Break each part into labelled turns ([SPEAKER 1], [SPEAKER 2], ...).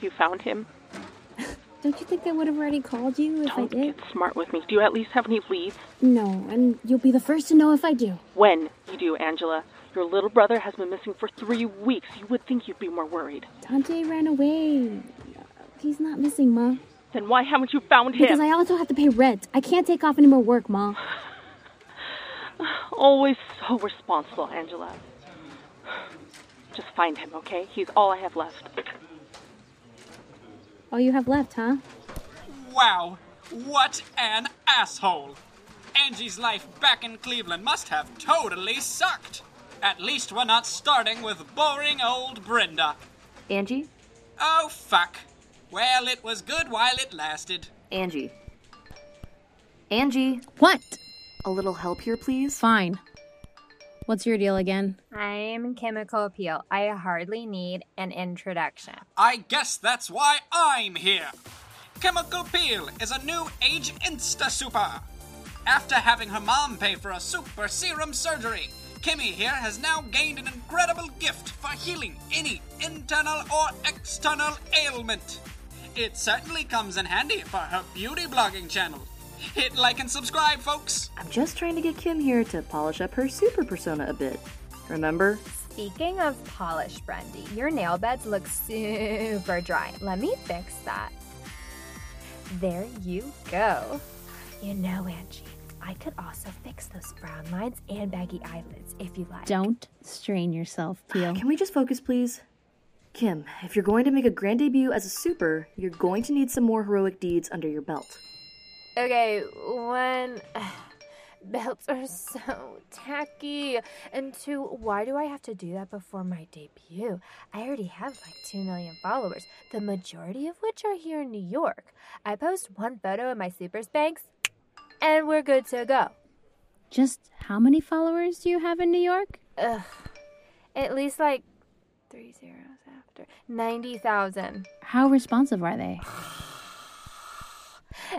[SPEAKER 1] you found him?
[SPEAKER 2] Don't you think I would have already called you if I
[SPEAKER 1] Don't
[SPEAKER 2] did?
[SPEAKER 1] get smart with me. Do you at least have any leads?
[SPEAKER 2] No, and you'll be the first to know if I do.
[SPEAKER 1] When you do, Angela. Your little brother has been missing for three weeks. You would think you'd be more worried.
[SPEAKER 2] Dante ran away. He's not missing, Ma.
[SPEAKER 1] Then why haven't you found
[SPEAKER 2] Because
[SPEAKER 1] him?
[SPEAKER 2] I also have to pay rent. I can't take off any more work, Ma.
[SPEAKER 1] Always so responsible, Angela. Just find him, okay? He's all I have left.
[SPEAKER 2] All you have left, huh?
[SPEAKER 3] Wow, what an asshole! Angie's life back in Cleveland must have totally sucked. At least we're not starting with boring old Brenda.
[SPEAKER 4] Angie?
[SPEAKER 3] Oh, fuck. Well, it was good while it lasted.
[SPEAKER 4] Angie. Angie,
[SPEAKER 5] What?
[SPEAKER 4] a little help here, please?
[SPEAKER 5] Fine. What's your deal again?
[SPEAKER 6] I'm Chemical Appeal. I hardly need an introduction.
[SPEAKER 3] I guess that's why I'm here. Chemical Peel is a new age insta super. After having her mom pay for a super serum surgery, Kimmy here has now gained an incredible gift for healing any internal or external ailment. It certainly comes in handy for her beauty blogging channel. Hit like and subscribe, folks.
[SPEAKER 4] I'm just trying to get Kim here to polish up her super persona a bit. Remember?
[SPEAKER 6] Speaking of polish, Brandy, your nail beds look super dry. Let me fix that. There you go. You know, Angie, I could also fix those brown lines and baggy eyelids if you like.
[SPEAKER 5] Don't strain yourself, Peel.
[SPEAKER 4] Can we just focus, please? Kim, if you're going to make a grand debut as a super, you're going to need some more heroic deeds under your belt.
[SPEAKER 6] Okay, one. Belts are so tacky. And two, why do I have to do that before my debut? I already have like 2 million followers, the majority of which are here in New York. I post one photo of my sleepers banks, and we're good to go.
[SPEAKER 5] Just how many followers do you have in New York?
[SPEAKER 6] Ugh. At least like three zeros after 90,000.
[SPEAKER 5] How responsive are they?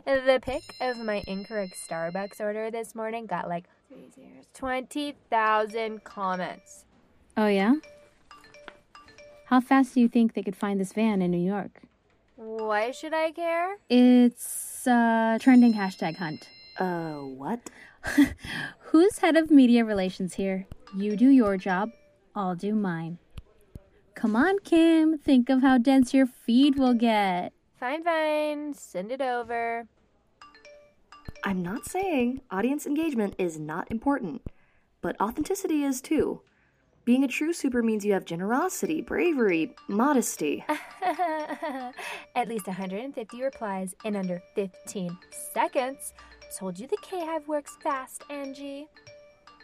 [SPEAKER 6] The pic of my incorrect Starbucks order this morning got like three zeros, 20,000 comments.
[SPEAKER 5] Oh, yeah? How fast do you think they could find this van in New York?
[SPEAKER 6] Why should I care?
[SPEAKER 5] It's uh, trending hashtag hunt.
[SPEAKER 4] Uh, what?
[SPEAKER 5] Who's head of media relations here? You do your job, I'll do mine. Come on, Kim, think of how dense your feed will get.
[SPEAKER 6] Fine, fine. Send it over.
[SPEAKER 4] I'm not saying audience engagement is not important, but authenticity is too. Being a true super means you have generosity, bravery, modesty.
[SPEAKER 6] At least 150 replies in under 15 seconds. Told you the K Hive works fast, Angie.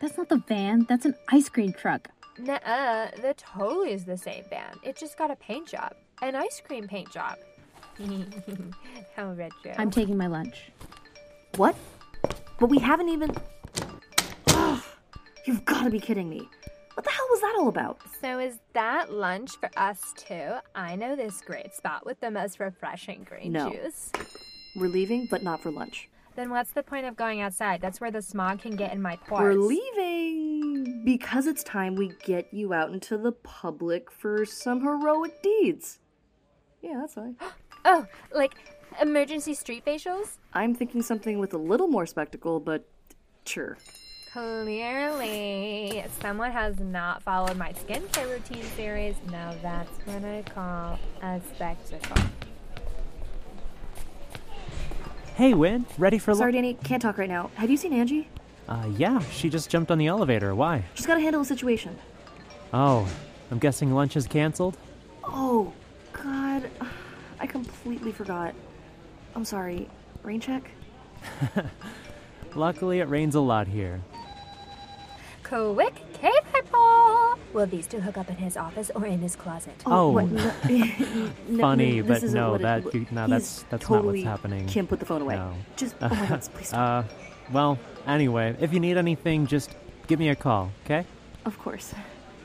[SPEAKER 5] That's not the van, that's an ice cream truck.
[SPEAKER 6] Nuh uh, that totally is the same van. It just got a paint job. An ice cream paint job. How retro.
[SPEAKER 5] I'm taking my lunch.
[SPEAKER 4] What? But we haven't even. Ugh, you've got to be kidding me. What the hell was that all about?
[SPEAKER 6] so, is that lunch for us too? I know this great spot with the most refreshing green
[SPEAKER 4] No.
[SPEAKER 6] juice.
[SPEAKER 4] We're leaving, but not for lunch.
[SPEAKER 6] Then, what's the point of going outside? That's where the smog can get in my pores.
[SPEAKER 4] We're leaving because it's time we get you out into the public for some heroic deeds. Yeah, that's fine.
[SPEAKER 6] Oh, like emergency street facials?
[SPEAKER 4] I'm thinking something with a little more spectacle, but sure.
[SPEAKER 6] Clearly, someone has not followed my skincare routine series. Now that's what I call a spectacle.
[SPEAKER 7] Hey, Win, ready for
[SPEAKER 4] Sorry,
[SPEAKER 7] lunch?
[SPEAKER 4] Danny, can't talk right now. Have you seen Angie?
[SPEAKER 7] Uh, yeah, she just jumped on the elevator. Why?
[SPEAKER 4] She's got to handle the situation.
[SPEAKER 7] Oh, I'm guessing lunch is canceled?
[SPEAKER 4] Oh, God. I completely forgot. I'm sorry. Rain check?
[SPEAKER 7] Luckily, it rains a lot here.
[SPEAKER 6] Quick cave poll! Will these two hook up in his office or in his closet?
[SPEAKER 7] Oh.
[SPEAKER 4] what? No- no,
[SPEAKER 7] Funny,
[SPEAKER 4] this
[SPEAKER 7] but
[SPEAKER 4] isn't
[SPEAKER 7] no,
[SPEAKER 4] what it-
[SPEAKER 7] that- you- no, that's-
[SPEAKER 4] He's
[SPEAKER 7] that's not what's
[SPEAKER 4] totally,
[SPEAKER 7] happening.
[SPEAKER 4] Kim, put the phone away.
[SPEAKER 7] No.
[SPEAKER 4] Just, oh my God, please stop.
[SPEAKER 7] Uh, well, anyway, if you need anything, just give me a call, okay?
[SPEAKER 4] of course.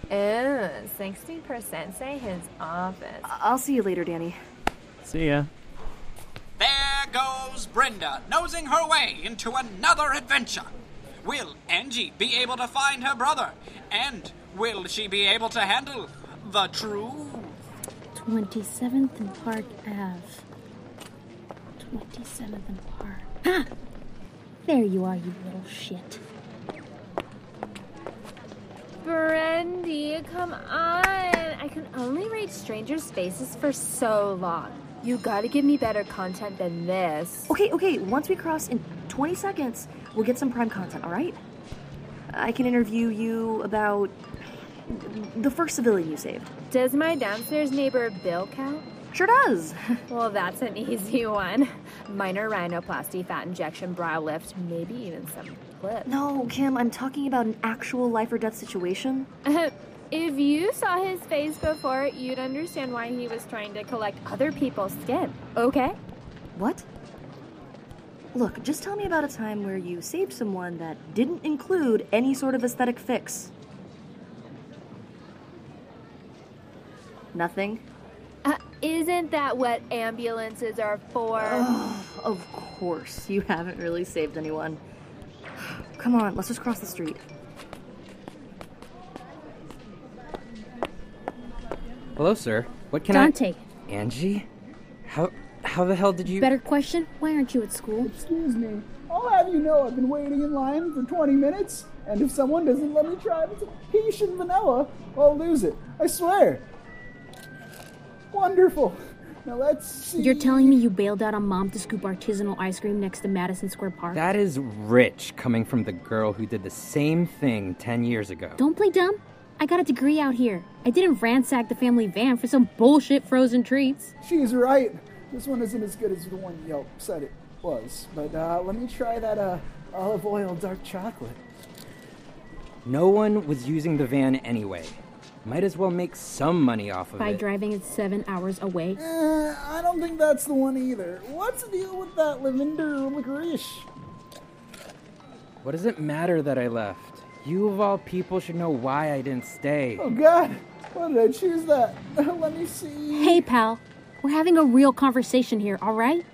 [SPEAKER 6] Ooh, 60% Oh, say his office.
[SPEAKER 4] I- I'll see you later, Danny.
[SPEAKER 7] See ya.
[SPEAKER 3] There goes Brenda, nosing her way into another adventure. Will Angie be able to find her brother? And will she be able to handle the truth?
[SPEAKER 8] 27th and Park Ave. 27th and Park. Ah! There you are, you little shit.
[SPEAKER 9] Brandy, come on. I can only read strangers' faces for so long. You gotta give me better content than this.
[SPEAKER 4] Okay, okay, once we cross in 20 seconds, we'll get some prime content, alright? I can interview you about the first civilian you saved.
[SPEAKER 9] Does my downstairs neighbor Bill count?
[SPEAKER 4] Sure does!
[SPEAKER 9] Well, that's an easy one. Minor rhinoplasty, fat injection, brow lift, maybe even some lip.
[SPEAKER 4] No, Kim, I'm talking about an actual life or death situation.
[SPEAKER 9] if you saw his face before, you'd understand why he was trying to collect other people's skin, okay?
[SPEAKER 4] What? Look, just tell me about a time where you saved someone that didn't include any sort of aesthetic fix. Nothing?
[SPEAKER 9] Uh, isn't that what ambulances are for?
[SPEAKER 4] Of course, you haven't really saved anyone. Come on, let's just cross the street.
[SPEAKER 10] Hello, sir. What can
[SPEAKER 5] Dante,
[SPEAKER 10] I? Angie, how how the hell did you?
[SPEAKER 5] better question why aren't you at school?
[SPEAKER 11] Excuse me. I'll have you know I've been waiting in line for 20 minutes, and if someone doesn't let me try Haitian vanilla, I'll lose it. I swear. Wonderful. Now let's see.
[SPEAKER 5] You're telling me you bailed out on mom to scoop artisanal ice cream next to Madison Square Park?
[SPEAKER 10] That is rich coming from the girl who did the same thing ten years ago.
[SPEAKER 5] Don't play dumb. I got a degree out here. I didn't ransack the family van for some bullshit frozen treats.
[SPEAKER 11] She's right. This one isn't as good as the one Yelp said it was. But uh, let me try that uh, olive oil dark chocolate.
[SPEAKER 10] No one was using the van anyway. Might as well make some money off of
[SPEAKER 5] By
[SPEAKER 10] it.
[SPEAKER 5] driving it seven hours away.
[SPEAKER 11] Eh, I don't think that's the one either. What's the deal with that lavender licorice?
[SPEAKER 10] what does it matter that I left? You of all people should know why I didn't stay.
[SPEAKER 11] Oh god, why did I choose that? Let me see.
[SPEAKER 5] Hey, pal. We're having a real conversation here, alright?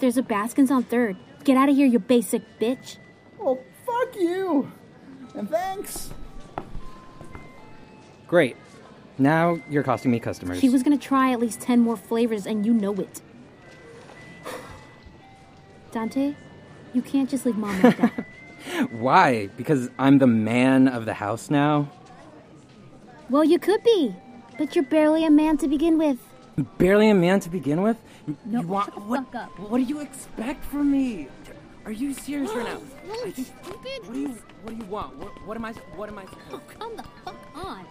[SPEAKER 5] There's a Baskins on third. Get out of here, you basic bitch.
[SPEAKER 11] Well, fuck you! And thanks!
[SPEAKER 10] Great. Now you're costing me customers.
[SPEAKER 5] He was gonna try at least 10 more flavors, and you know it. Dante, you can't just leave mom like that.
[SPEAKER 10] Why? Because I'm the man of the house now?
[SPEAKER 5] well, you could be, but you're barely a man to begin with.
[SPEAKER 10] Barely a man to begin with?
[SPEAKER 5] No,
[SPEAKER 10] you want,
[SPEAKER 5] shut the
[SPEAKER 10] what,
[SPEAKER 5] fuck up.
[SPEAKER 10] What do you expect from me? Are you serious right now? I just- what do you What do you want? What, what am I? What am I?
[SPEAKER 5] Come the fuck on.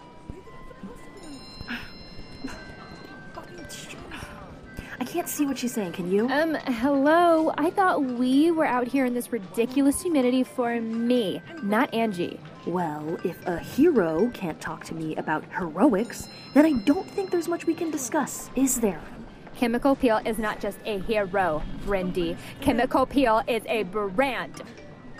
[SPEAKER 4] I can't see what she's saying, can you?
[SPEAKER 9] Um, hello. I thought we were out here in this ridiculous humidity for me, not Angie.
[SPEAKER 4] Well, if a hero can't talk to me about heroics, then I don't think there's much we can discuss, is there?
[SPEAKER 9] Chemical Peel is not just a hero, Brindy. Chemical Peel is a brand.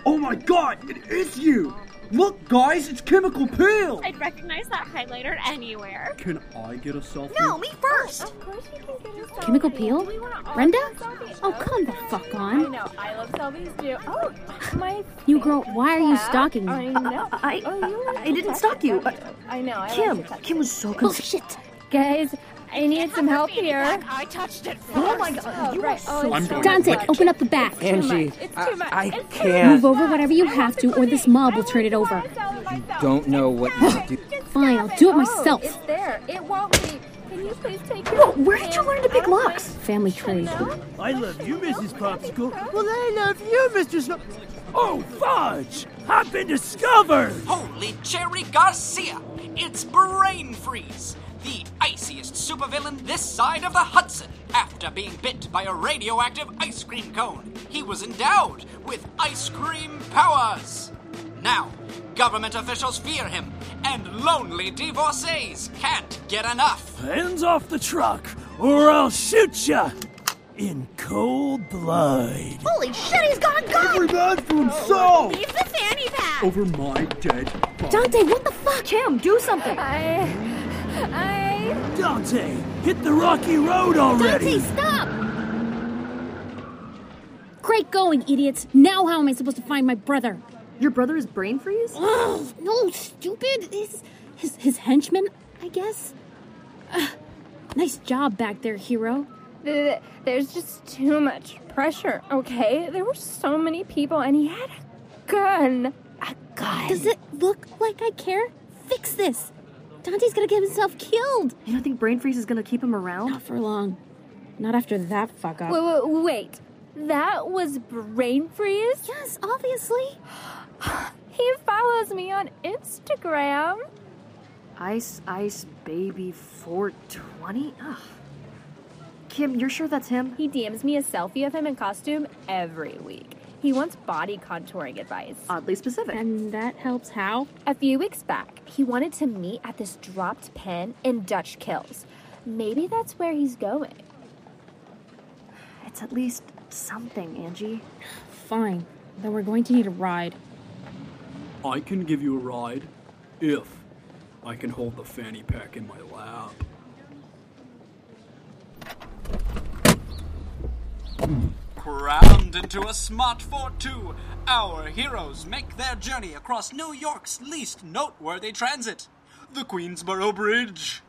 [SPEAKER 12] Oh my god, it is you! Look, guys, it's Chemical Peel!
[SPEAKER 13] I'd recognize that highlighter anywhere.
[SPEAKER 12] Can I get a selfie?
[SPEAKER 4] first!
[SPEAKER 9] course you can get a selfie.
[SPEAKER 5] Chemical Peel?
[SPEAKER 9] We wanna all
[SPEAKER 5] Brenda?
[SPEAKER 9] get a selfie.
[SPEAKER 5] Oh, come the
[SPEAKER 9] Okay.
[SPEAKER 5] fuck on.
[SPEAKER 9] I know. I love selfies too. Oh, my.
[SPEAKER 5] You girl,
[SPEAKER 9] favorite
[SPEAKER 5] why are you
[SPEAKER 9] cat.
[SPEAKER 5] stalking me?
[SPEAKER 9] I know.
[SPEAKER 4] Uh, I-
[SPEAKER 9] oh, you like
[SPEAKER 4] I
[SPEAKER 9] to
[SPEAKER 4] didn't
[SPEAKER 9] touch
[SPEAKER 4] stalk
[SPEAKER 9] it,
[SPEAKER 4] you.
[SPEAKER 9] don't I know. I like
[SPEAKER 4] Kim!
[SPEAKER 9] to touch
[SPEAKER 4] Kim
[SPEAKER 9] it.
[SPEAKER 4] was so confused.
[SPEAKER 5] Bullshit.
[SPEAKER 9] Guys, I need some help here.
[SPEAKER 13] I touched it first.
[SPEAKER 4] Oh my god, you are
[SPEAKER 9] right.
[SPEAKER 4] so
[SPEAKER 9] Oh, it's so
[SPEAKER 5] Dante,
[SPEAKER 9] much.
[SPEAKER 5] open up the back.
[SPEAKER 10] Angie,
[SPEAKER 9] much. It's
[SPEAKER 10] I,
[SPEAKER 9] too much.
[SPEAKER 10] I
[SPEAKER 9] It's too much.
[SPEAKER 10] can't.
[SPEAKER 5] Move over whatever you have to, or this mob will turn it over.
[SPEAKER 10] Don't know what you do.
[SPEAKER 5] Fine, I'll do it myself.
[SPEAKER 9] Oh, it's there. It won't be. Can you please take your
[SPEAKER 4] Whoa, where did you
[SPEAKER 9] hand Oh,
[SPEAKER 4] learn to pick
[SPEAKER 9] out of my-
[SPEAKER 4] locks?
[SPEAKER 5] Family tree.
[SPEAKER 9] No?
[SPEAKER 12] I love you, Mrs. Popsicle.
[SPEAKER 11] Well, I
[SPEAKER 12] uh,
[SPEAKER 11] love you, Mr. Snow.
[SPEAKER 12] Oh, fudge! I've been discovered!
[SPEAKER 3] Holy Cherry Garcia! It's Brain Freeze, the iciest supervillain this side of the Hudson. After being bit by a radioactive ice cream cone, he was endowed with ice cream powers. Now, government officials fear him, and lonely divorcees can't get enough.
[SPEAKER 12] Hands off the truck, or I'll shoot ya! In cold blood.
[SPEAKER 13] Holy shit, he's gone
[SPEAKER 11] Every man for himself!
[SPEAKER 13] Leave the fanny pack.
[SPEAKER 12] Over my dead body.
[SPEAKER 4] Dante, what the fuck? Kim, do something!
[SPEAKER 9] I. I.
[SPEAKER 12] Dante, hit the rocky road already!
[SPEAKER 5] Dante, stop! Great going, idiots. Now how am I supposed to find my brother?
[SPEAKER 4] Your brother is brain freeze?
[SPEAKER 5] Ugh, no, stupid. His, his, his henchman, I guess? Ugh.
[SPEAKER 8] Nice job back there, hero.
[SPEAKER 9] Th- There's just too much pressure, okay? There were so many people, and he had a gun. A gun.
[SPEAKER 8] Does it look like I care? Fix this! Dante's gonna get himself killed!
[SPEAKER 4] You don't think Brain Freeze is gonna keep him around?
[SPEAKER 8] Not for long. Not after that fuck up.
[SPEAKER 9] Wait, wait, wait. That was brain freeze?
[SPEAKER 8] Yes, obviously.
[SPEAKER 9] he follows me on Instagram.
[SPEAKER 4] Ice Ice Baby 420? Ugh. Kim, you're sure that's him?
[SPEAKER 9] He DMs me a selfie of him in costume every week. He wants body contouring advice.
[SPEAKER 4] Oddly specific.
[SPEAKER 8] And that helps how?
[SPEAKER 9] A few weeks back, he wanted to meet at this dropped pen in Dutch Kills. Maybe that's where he's going.
[SPEAKER 4] It's at least something, Angie.
[SPEAKER 8] Fine. Then we're going to need a ride.
[SPEAKER 14] I can give you a ride if I can hold the fanny pack in my lap.
[SPEAKER 3] Crammed into a smart 4-2, our heroes make their journey across New York's least noteworthy transit, the Queensboro Bridge.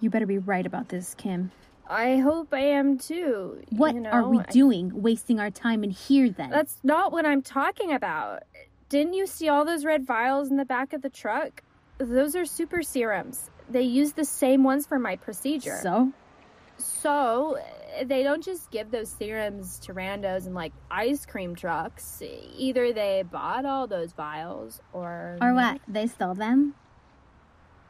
[SPEAKER 5] You better be right about this, Kim.
[SPEAKER 9] I hope I am too. you
[SPEAKER 5] What are
[SPEAKER 9] know?
[SPEAKER 5] we
[SPEAKER 9] I-
[SPEAKER 5] doing wasting our time in here then?
[SPEAKER 9] That's not what I'm talking about. Didn't you see all those red vials in the back of the truck? Those are super serums. They use the same ones for my procedure.
[SPEAKER 5] So?
[SPEAKER 9] So, uh, they don't just give those serums to randos in like ice cream trucks. Either they bought all those vials or.
[SPEAKER 5] Or what? They stole them?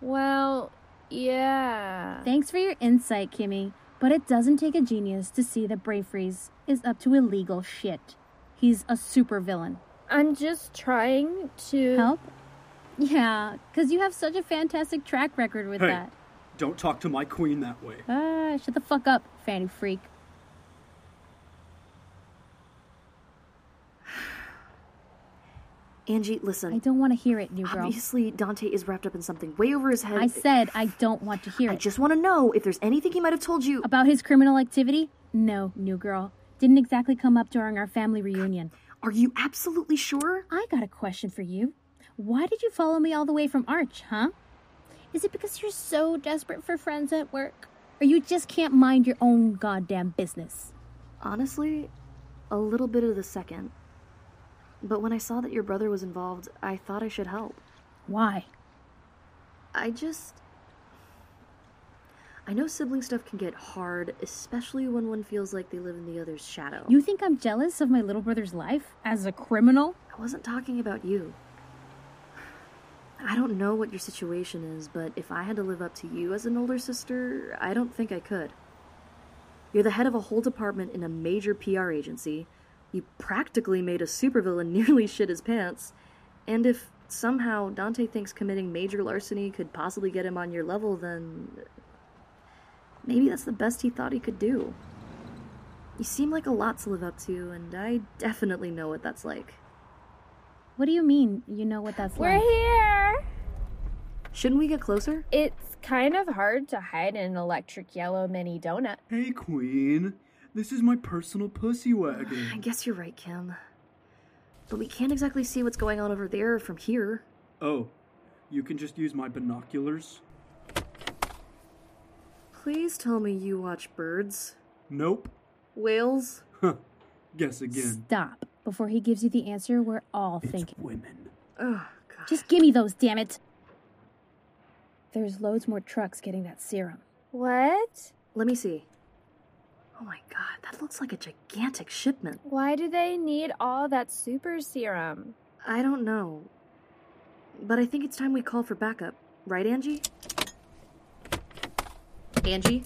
[SPEAKER 9] Well, yeah.
[SPEAKER 5] Thanks for your insight, Kimmy. But it doesn't take a genius to see that Brave Freeze is up to illegal shit. He's a supervillain.
[SPEAKER 9] I'm just trying to.
[SPEAKER 5] Help? Yeah, because you have such a fantastic track record with
[SPEAKER 14] Hey.
[SPEAKER 5] that.
[SPEAKER 14] Don't talk to my queen that way.
[SPEAKER 5] Ah, shut the fuck up, fanny freak.
[SPEAKER 4] Angie, listen.
[SPEAKER 5] I don't want to hear it, new girl.
[SPEAKER 4] Obviously, Dante is wrapped up in something way over his head.
[SPEAKER 5] I said I don't want to hear
[SPEAKER 4] I
[SPEAKER 5] it.
[SPEAKER 4] just want to know if there's anything he might have told you.
[SPEAKER 5] About his criminal activity? No, new girl. Didn't exactly come up during our family reunion.
[SPEAKER 4] Are you absolutely sure?
[SPEAKER 5] I got a question for you. Why did you follow me all the way from Arch, huh? Is it because you're so desperate for friends at work? Or you just can't mind your own goddamn business?
[SPEAKER 4] Honestly, a little bit of the second. But when I saw that your brother was involved, I thought I should help.
[SPEAKER 5] Why?
[SPEAKER 4] I just. I know sibling stuff can get hard, especially when one feels like they live in the other's shadow.
[SPEAKER 5] You think I'm jealous of my little brother's life as a criminal?
[SPEAKER 4] I wasn't talking about you. I don't know what your situation is, but if I had to live up to you as an older sister, I don't think I could. You're the head of a whole department in a major PR agency. You practically made a supervillain nearly shit his pants. And if somehow Dante thinks committing major larceny could possibly get him on your level, then maybe that's the best he thought he could do. You seem like a lot to live up to, and I definitely know what that's like.
[SPEAKER 5] What do you mean you know what that's
[SPEAKER 9] We're
[SPEAKER 5] like?
[SPEAKER 9] here!
[SPEAKER 4] Shouldn't we get closer?
[SPEAKER 9] It's kind of hard to hide an electric yellow mini donut.
[SPEAKER 14] Hey, queen. This is my personal pussy
[SPEAKER 4] I
[SPEAKER 14] wagon.
[SPEAKER 4] guess you're right, Kim. But we can't exactly see what's going on over there from here.
[SPEAKER 14] Oh, you can just use my binoculars?
[SPEAKER 4] Please tell me you watch birds,
[SPEAKER 14] Nope.
[SPEAKER 4] whales.
[SPEAKER 14] Guess again.
[SPEAKER 5] Stop before he gives you the answer we're all thinking.
[SPEAKER 14] Women.
[SPEAKER 4] Ugh.
[SPEAKER 5] Just give me those, damn it. There's loads more trucks getting that serum.
[SPEAKER 9] What?
[SPEAKER 4] Let me see. Oh my god, that looks like a gigantic shipment.
[SPEAKER 9] Why do they need all that super serum?
[SPEAKER 4] I don't know. But I think it's time we call for backup, right, Angie? Angie?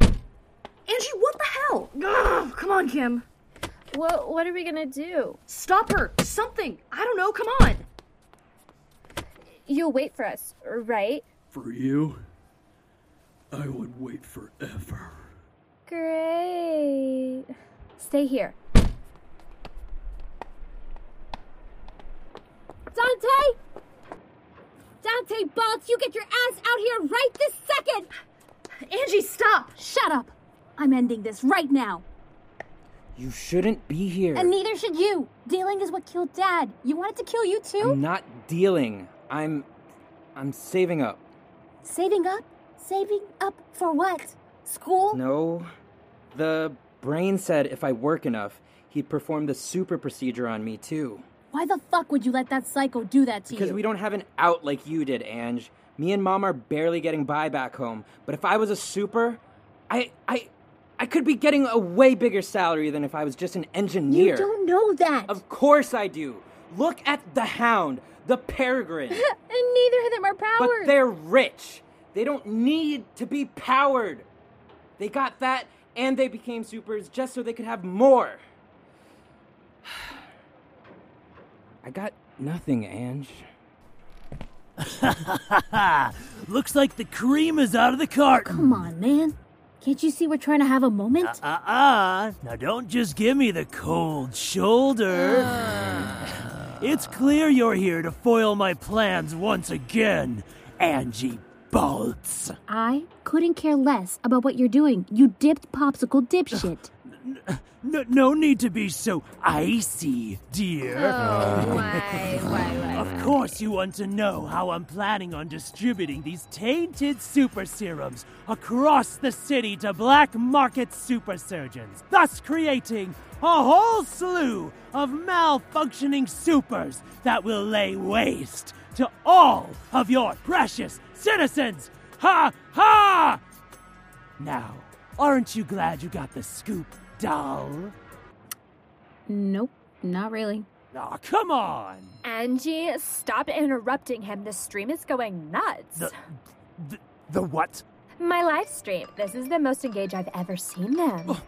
[SPEAKER 4] Angie, what the hell? Ugh, come on, Kim.
[SPEAKER 9] What what are we gonna do?
[SPEAKER 4] Stop her! Something! I don't know, come on!
[SPEAKER 9] You'll wait for us, right?
[SPEAKER 14] For you, I would wait forever.
[SPEAKER 9] Great. Stay here.
[SPEAKER 15] Dante! Dante Baltz, you get your ass out here right this second!
[SPEAKER 4] Angie, stop!
[SPEAKER 5] Shut up! I'm ending this right now.
[SPEAKER 12] You shouldn't be here.
[SPEAKER 5] And neither should
[SPEAKER 12] Mm.
[SPEAKER 5] you. Dealing is what killed Dad. You wanted to kill you too?
[SPEAKER 12] I'm not dealing. I'm
[SPEAKER 10] I'm saving up.
[SPEAKER 8] Saving up? Saving up for what?
[SPEAKER 5] Oh.
[SPEAKER 8] School?
[SPEAKER 10] No. The brain said if I work enough, he'd perform the super procedure on me too.
[SPEAKER 8] Why the fuck would you let that psycho do that to you?
[SPEAKER 10] Because we don't have an out like you did, Ange. Me and Mom are barely getting by back home. But if I was a super, I I I could be getting a way bigger salary than if I was just an engineer.
[SPEAKER 8] You don't know that.
[SPEAKER 10] Of course I do. Look at the hound, the peregrine.
[SPEAKER 9] and neither of them are
[SPEAKER 10] but
[SPEAKER 9] powered.
[SPEAKER 10] they're rich. They don't need to be powered. They got that and they became supers just so they could have more. I got nothing, Ange.
[SPEAKER 12] Ha! Looks like the cream is out of the carton.
[SPEAKER 8] Come on, man. Can't you see we're trying to have a moment?
[SPEAKER 12] Uh uh uh. Now don't just give me the cold shoulder. it's clear you're here to foil my plans once again, Angie Bolts.
[SPEAKER 8] I couldn't care less about what you're doing. You dipped popsicle dipshit.
[SPEAKER 12] No, no need to be so icy, dear.
[SPEAKER 8] Oh,
[SPEAKER 12] why, why, why? Of course, you want to know how I'm planning on distributing these tainted super serums across the city to black market super surgeons, thus creating a whole slew of malfunctioning supers that will lay waste to all of your precious citizens. Ha ha! Now, aren't you glad you got the scoop, doll?
[SPEAKER 5] Nope, not really.
[SPEAKER 12] Aw, come on!
[SPEAKER 9] Angie, stop interrupting him. The stream is going nuts.
[SPEAKER 12] The, the what?
[SPEAKER 9] My live stream. This is the most engaged I've ever seen them.
[SPEAKER 12] Oh,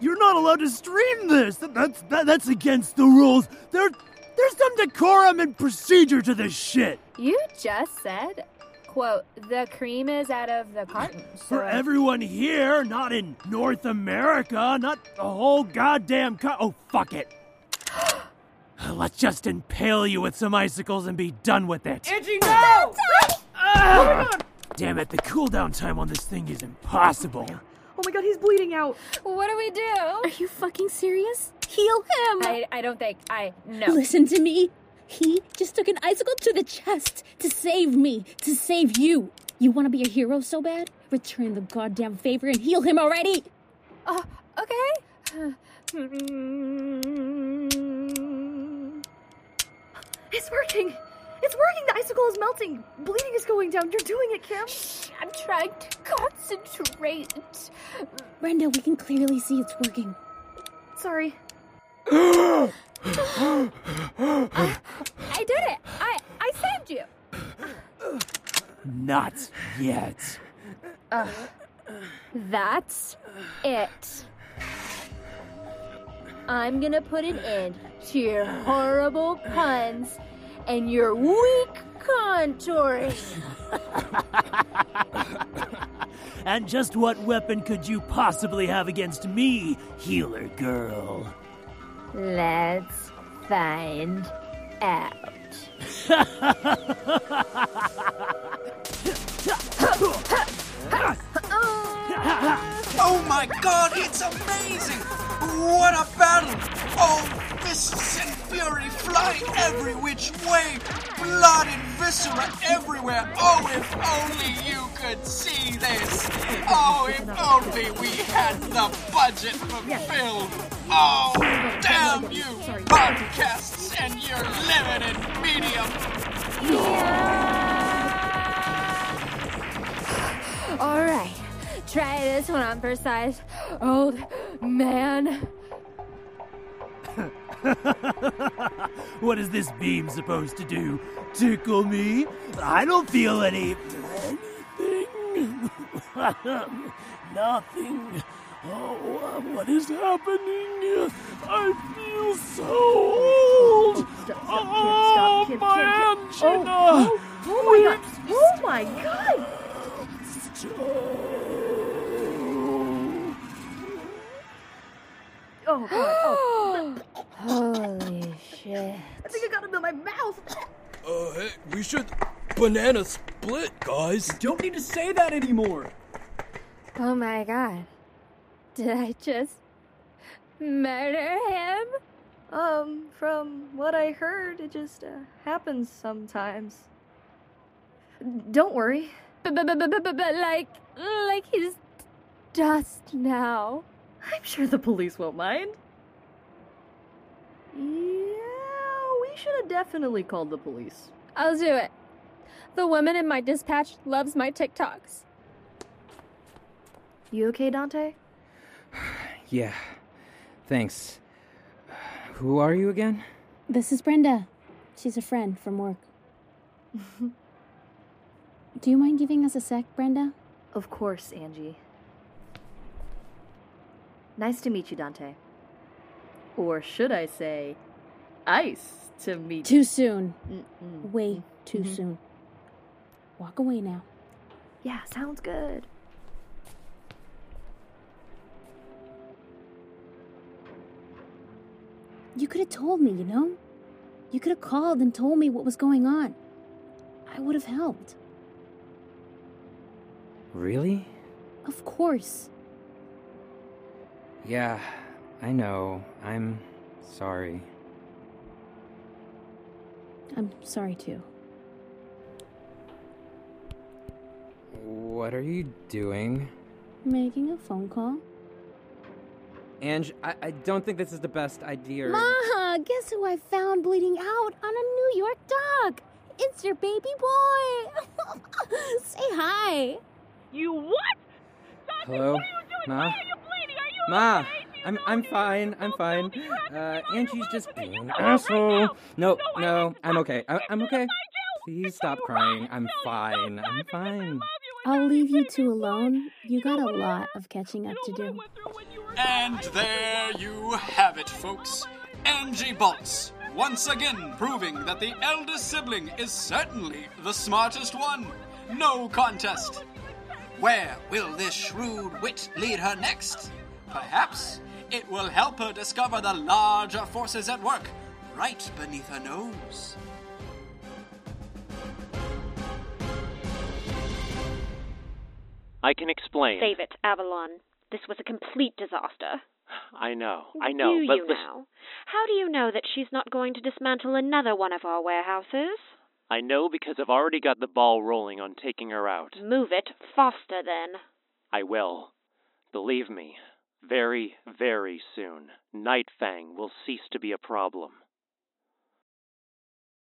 [SPEAKER 12] You're not allowed to stream this! That- that's, that, that's against the rules! There, there's some decorum and procedure to this shit!
[SPEAKER 9] You just said, quote, the cream is out of the carton. So
[SPEAKER 12] For everyone here, not in North America, not the whole goddamn co- Oh, fuck it! Let's just impale you with some icicles and be done with it!
[SPEAKER 16] Angie, no! Ah!
[SPEAKER 12] Damn it, the cooldown time on this thing is impossible.
[SPEAKER 4] Oh my god, he's bleeding out.
[SPEAKER 12] e-
[SPEAKER 9] What do we do? Are
[SPEAKER 8] you fucking serious? Heal him!
[SPEAKER 9] I, I don't think I no.
[SPEAKER 8] Listen to me. He just took an icicle to the chest to save me, to save you. You want to be a hero so bad? Return the goddamn favor and heal him already.
[SPEAKER 9] Oh, okay.
[SPEAKER 4] It's working! It's working! The icicle is melting! Bleeding is going down! You're doing it, Kim!
[SPEAKER 9] I'm trying to concentrate.
[SPEAKER 8] Brenda, we can clearly see it's working.
[SPEAKER 4] Sorry.
[SPEAKER 9] I did it. I I saved you.
[SPEAKER 12] Not yet.
[SPEAKER 9] Ugh. That's it. I'm gonna put an end to your horrible puns and your weak contouring.
[SPEAKER 12] And just what weapon could you possibly have against me, healer girl?
[SPEAKER 9] Let's find out.
[SPEAKER 3] Oh my god, it's amazing! What a battle! Oh, fists and fury fly every which way! Blood and viscera everywhere! Oh, if only you could see this! Oh, if only we had the budget for film! Oh, damn you, podcasts and your limited medium!
[SPEAKER 9] All right, try this one on for size. Old man.
[SPEAKER 12] What is this beam supposed to do? Tickle me? I don't feel any. anything. Nothing. Oh, uh, what is happening? I feel so old. oh,
[SPEAKER 16] Kim, Kim,
[SPEAKER 12] my
[SPEAKER 16] Kim.
[SPEAKER 12] angina.
[SPEAKER 16] Oh,
[SPEAKER 4] oh, oh my god! Oh my god! Oh god! Oh.
[SPEAKER 9] Holy shit.
[SPEAKER 4] I think I got him in my mouth!
[SPEAKER 14] Uh, hey, we should banana split, guys. Don't need to say that anymore.
[SPEAKER 9] Oh my god. Did I just murder him?
[SPEAKER 4] Um, from what I heard, it just uh, happens sometimes. Don't worry.
[SPEAKER 9] But, but, but, but, but, but, but like, like he's dust now.
[SPEAKER 4] I'm sure the police won't mind. Yeah, we should have definitely called the police.
[SPEAKER 9] I'll do it. The woman in my dispatch loves my TikToks.
[SPEAKER 4] You okay, Dante?
[SPEAKER 10] Yeah. Thanks. Who are you again?
[SPEAKER 8] This is Brenda. She's a friend from work. Do you mind giving us a sec, Brenda?
[SPEAKER 4] Of course, Angie. Nice to meet you, Dante. Or should I say, ice to meet
[SPEAKER 8] Too soon.
[SPEAKER 4] Mm-hmm.
[SPEAKER 8] Way too soon. Walk away now.
[SPEAKER 4] Yeah, sounds good.
[SPEAKER 8] You could have told me, you know? You could have called and told me what was going on. I would have helped.
[SPEAKER 10] Really?
[SPEAKER 8] Of course.
[SPEAKER 10] Yeah, I know. I'm sorry.
[SPEAKER 8] I'm sorry too.
[SPEAKER 10] What are you doing?
[SPEAKER 8] Making a phone call?
[SPEAKER 10] Ange, I, I don't think this is the best idea.
[SPEAKER 5] Maha, guess who I found bleeding out on a New York dock? It's your baby boy. Say hi.
[SPEAKER 1] You what?
[SPEAKER 10] Hello? Ma? Ma! I'm, I'm fine, I'm fine. Uh, Angie's just being an asshole. No, no, I'm okay. I, I'm okay. Please stop crying. I'm fine. I'm fine.
[SPEAKER 8] I'll leave you two alone. You got a lot of catching up to do.
[SPEAKER 3] And there you have it, folks. Angie Bolts, once again proving that the eldest sibling is certainly the smartest one. No contest. Where will this shrewd wit lead her next? Perhaps it will help her discover the larger forces at work right beneath her nose.
[SPEAKER 17] I can explain.
[SPEAKER 18] Save it, Avalon. This was a complete disaster.
[SPEAKER 17] I know, I know.
[SPEAKER 18] do
[SPEAKER 17] but
[SPEAKER 18] you
[SPEAKER 17] listen,
[SPEAKER 18] now? How do you know that she's not going to dismantle another one of our warehouses?
[SPEAKER 17] I know because I've already got the ball rolling on taking her out.
[SPEAKER 18] Move it faster, then.
[SPEAKER 17] I will. Believe me, very, very soon, Nightfang will cease to be a problem.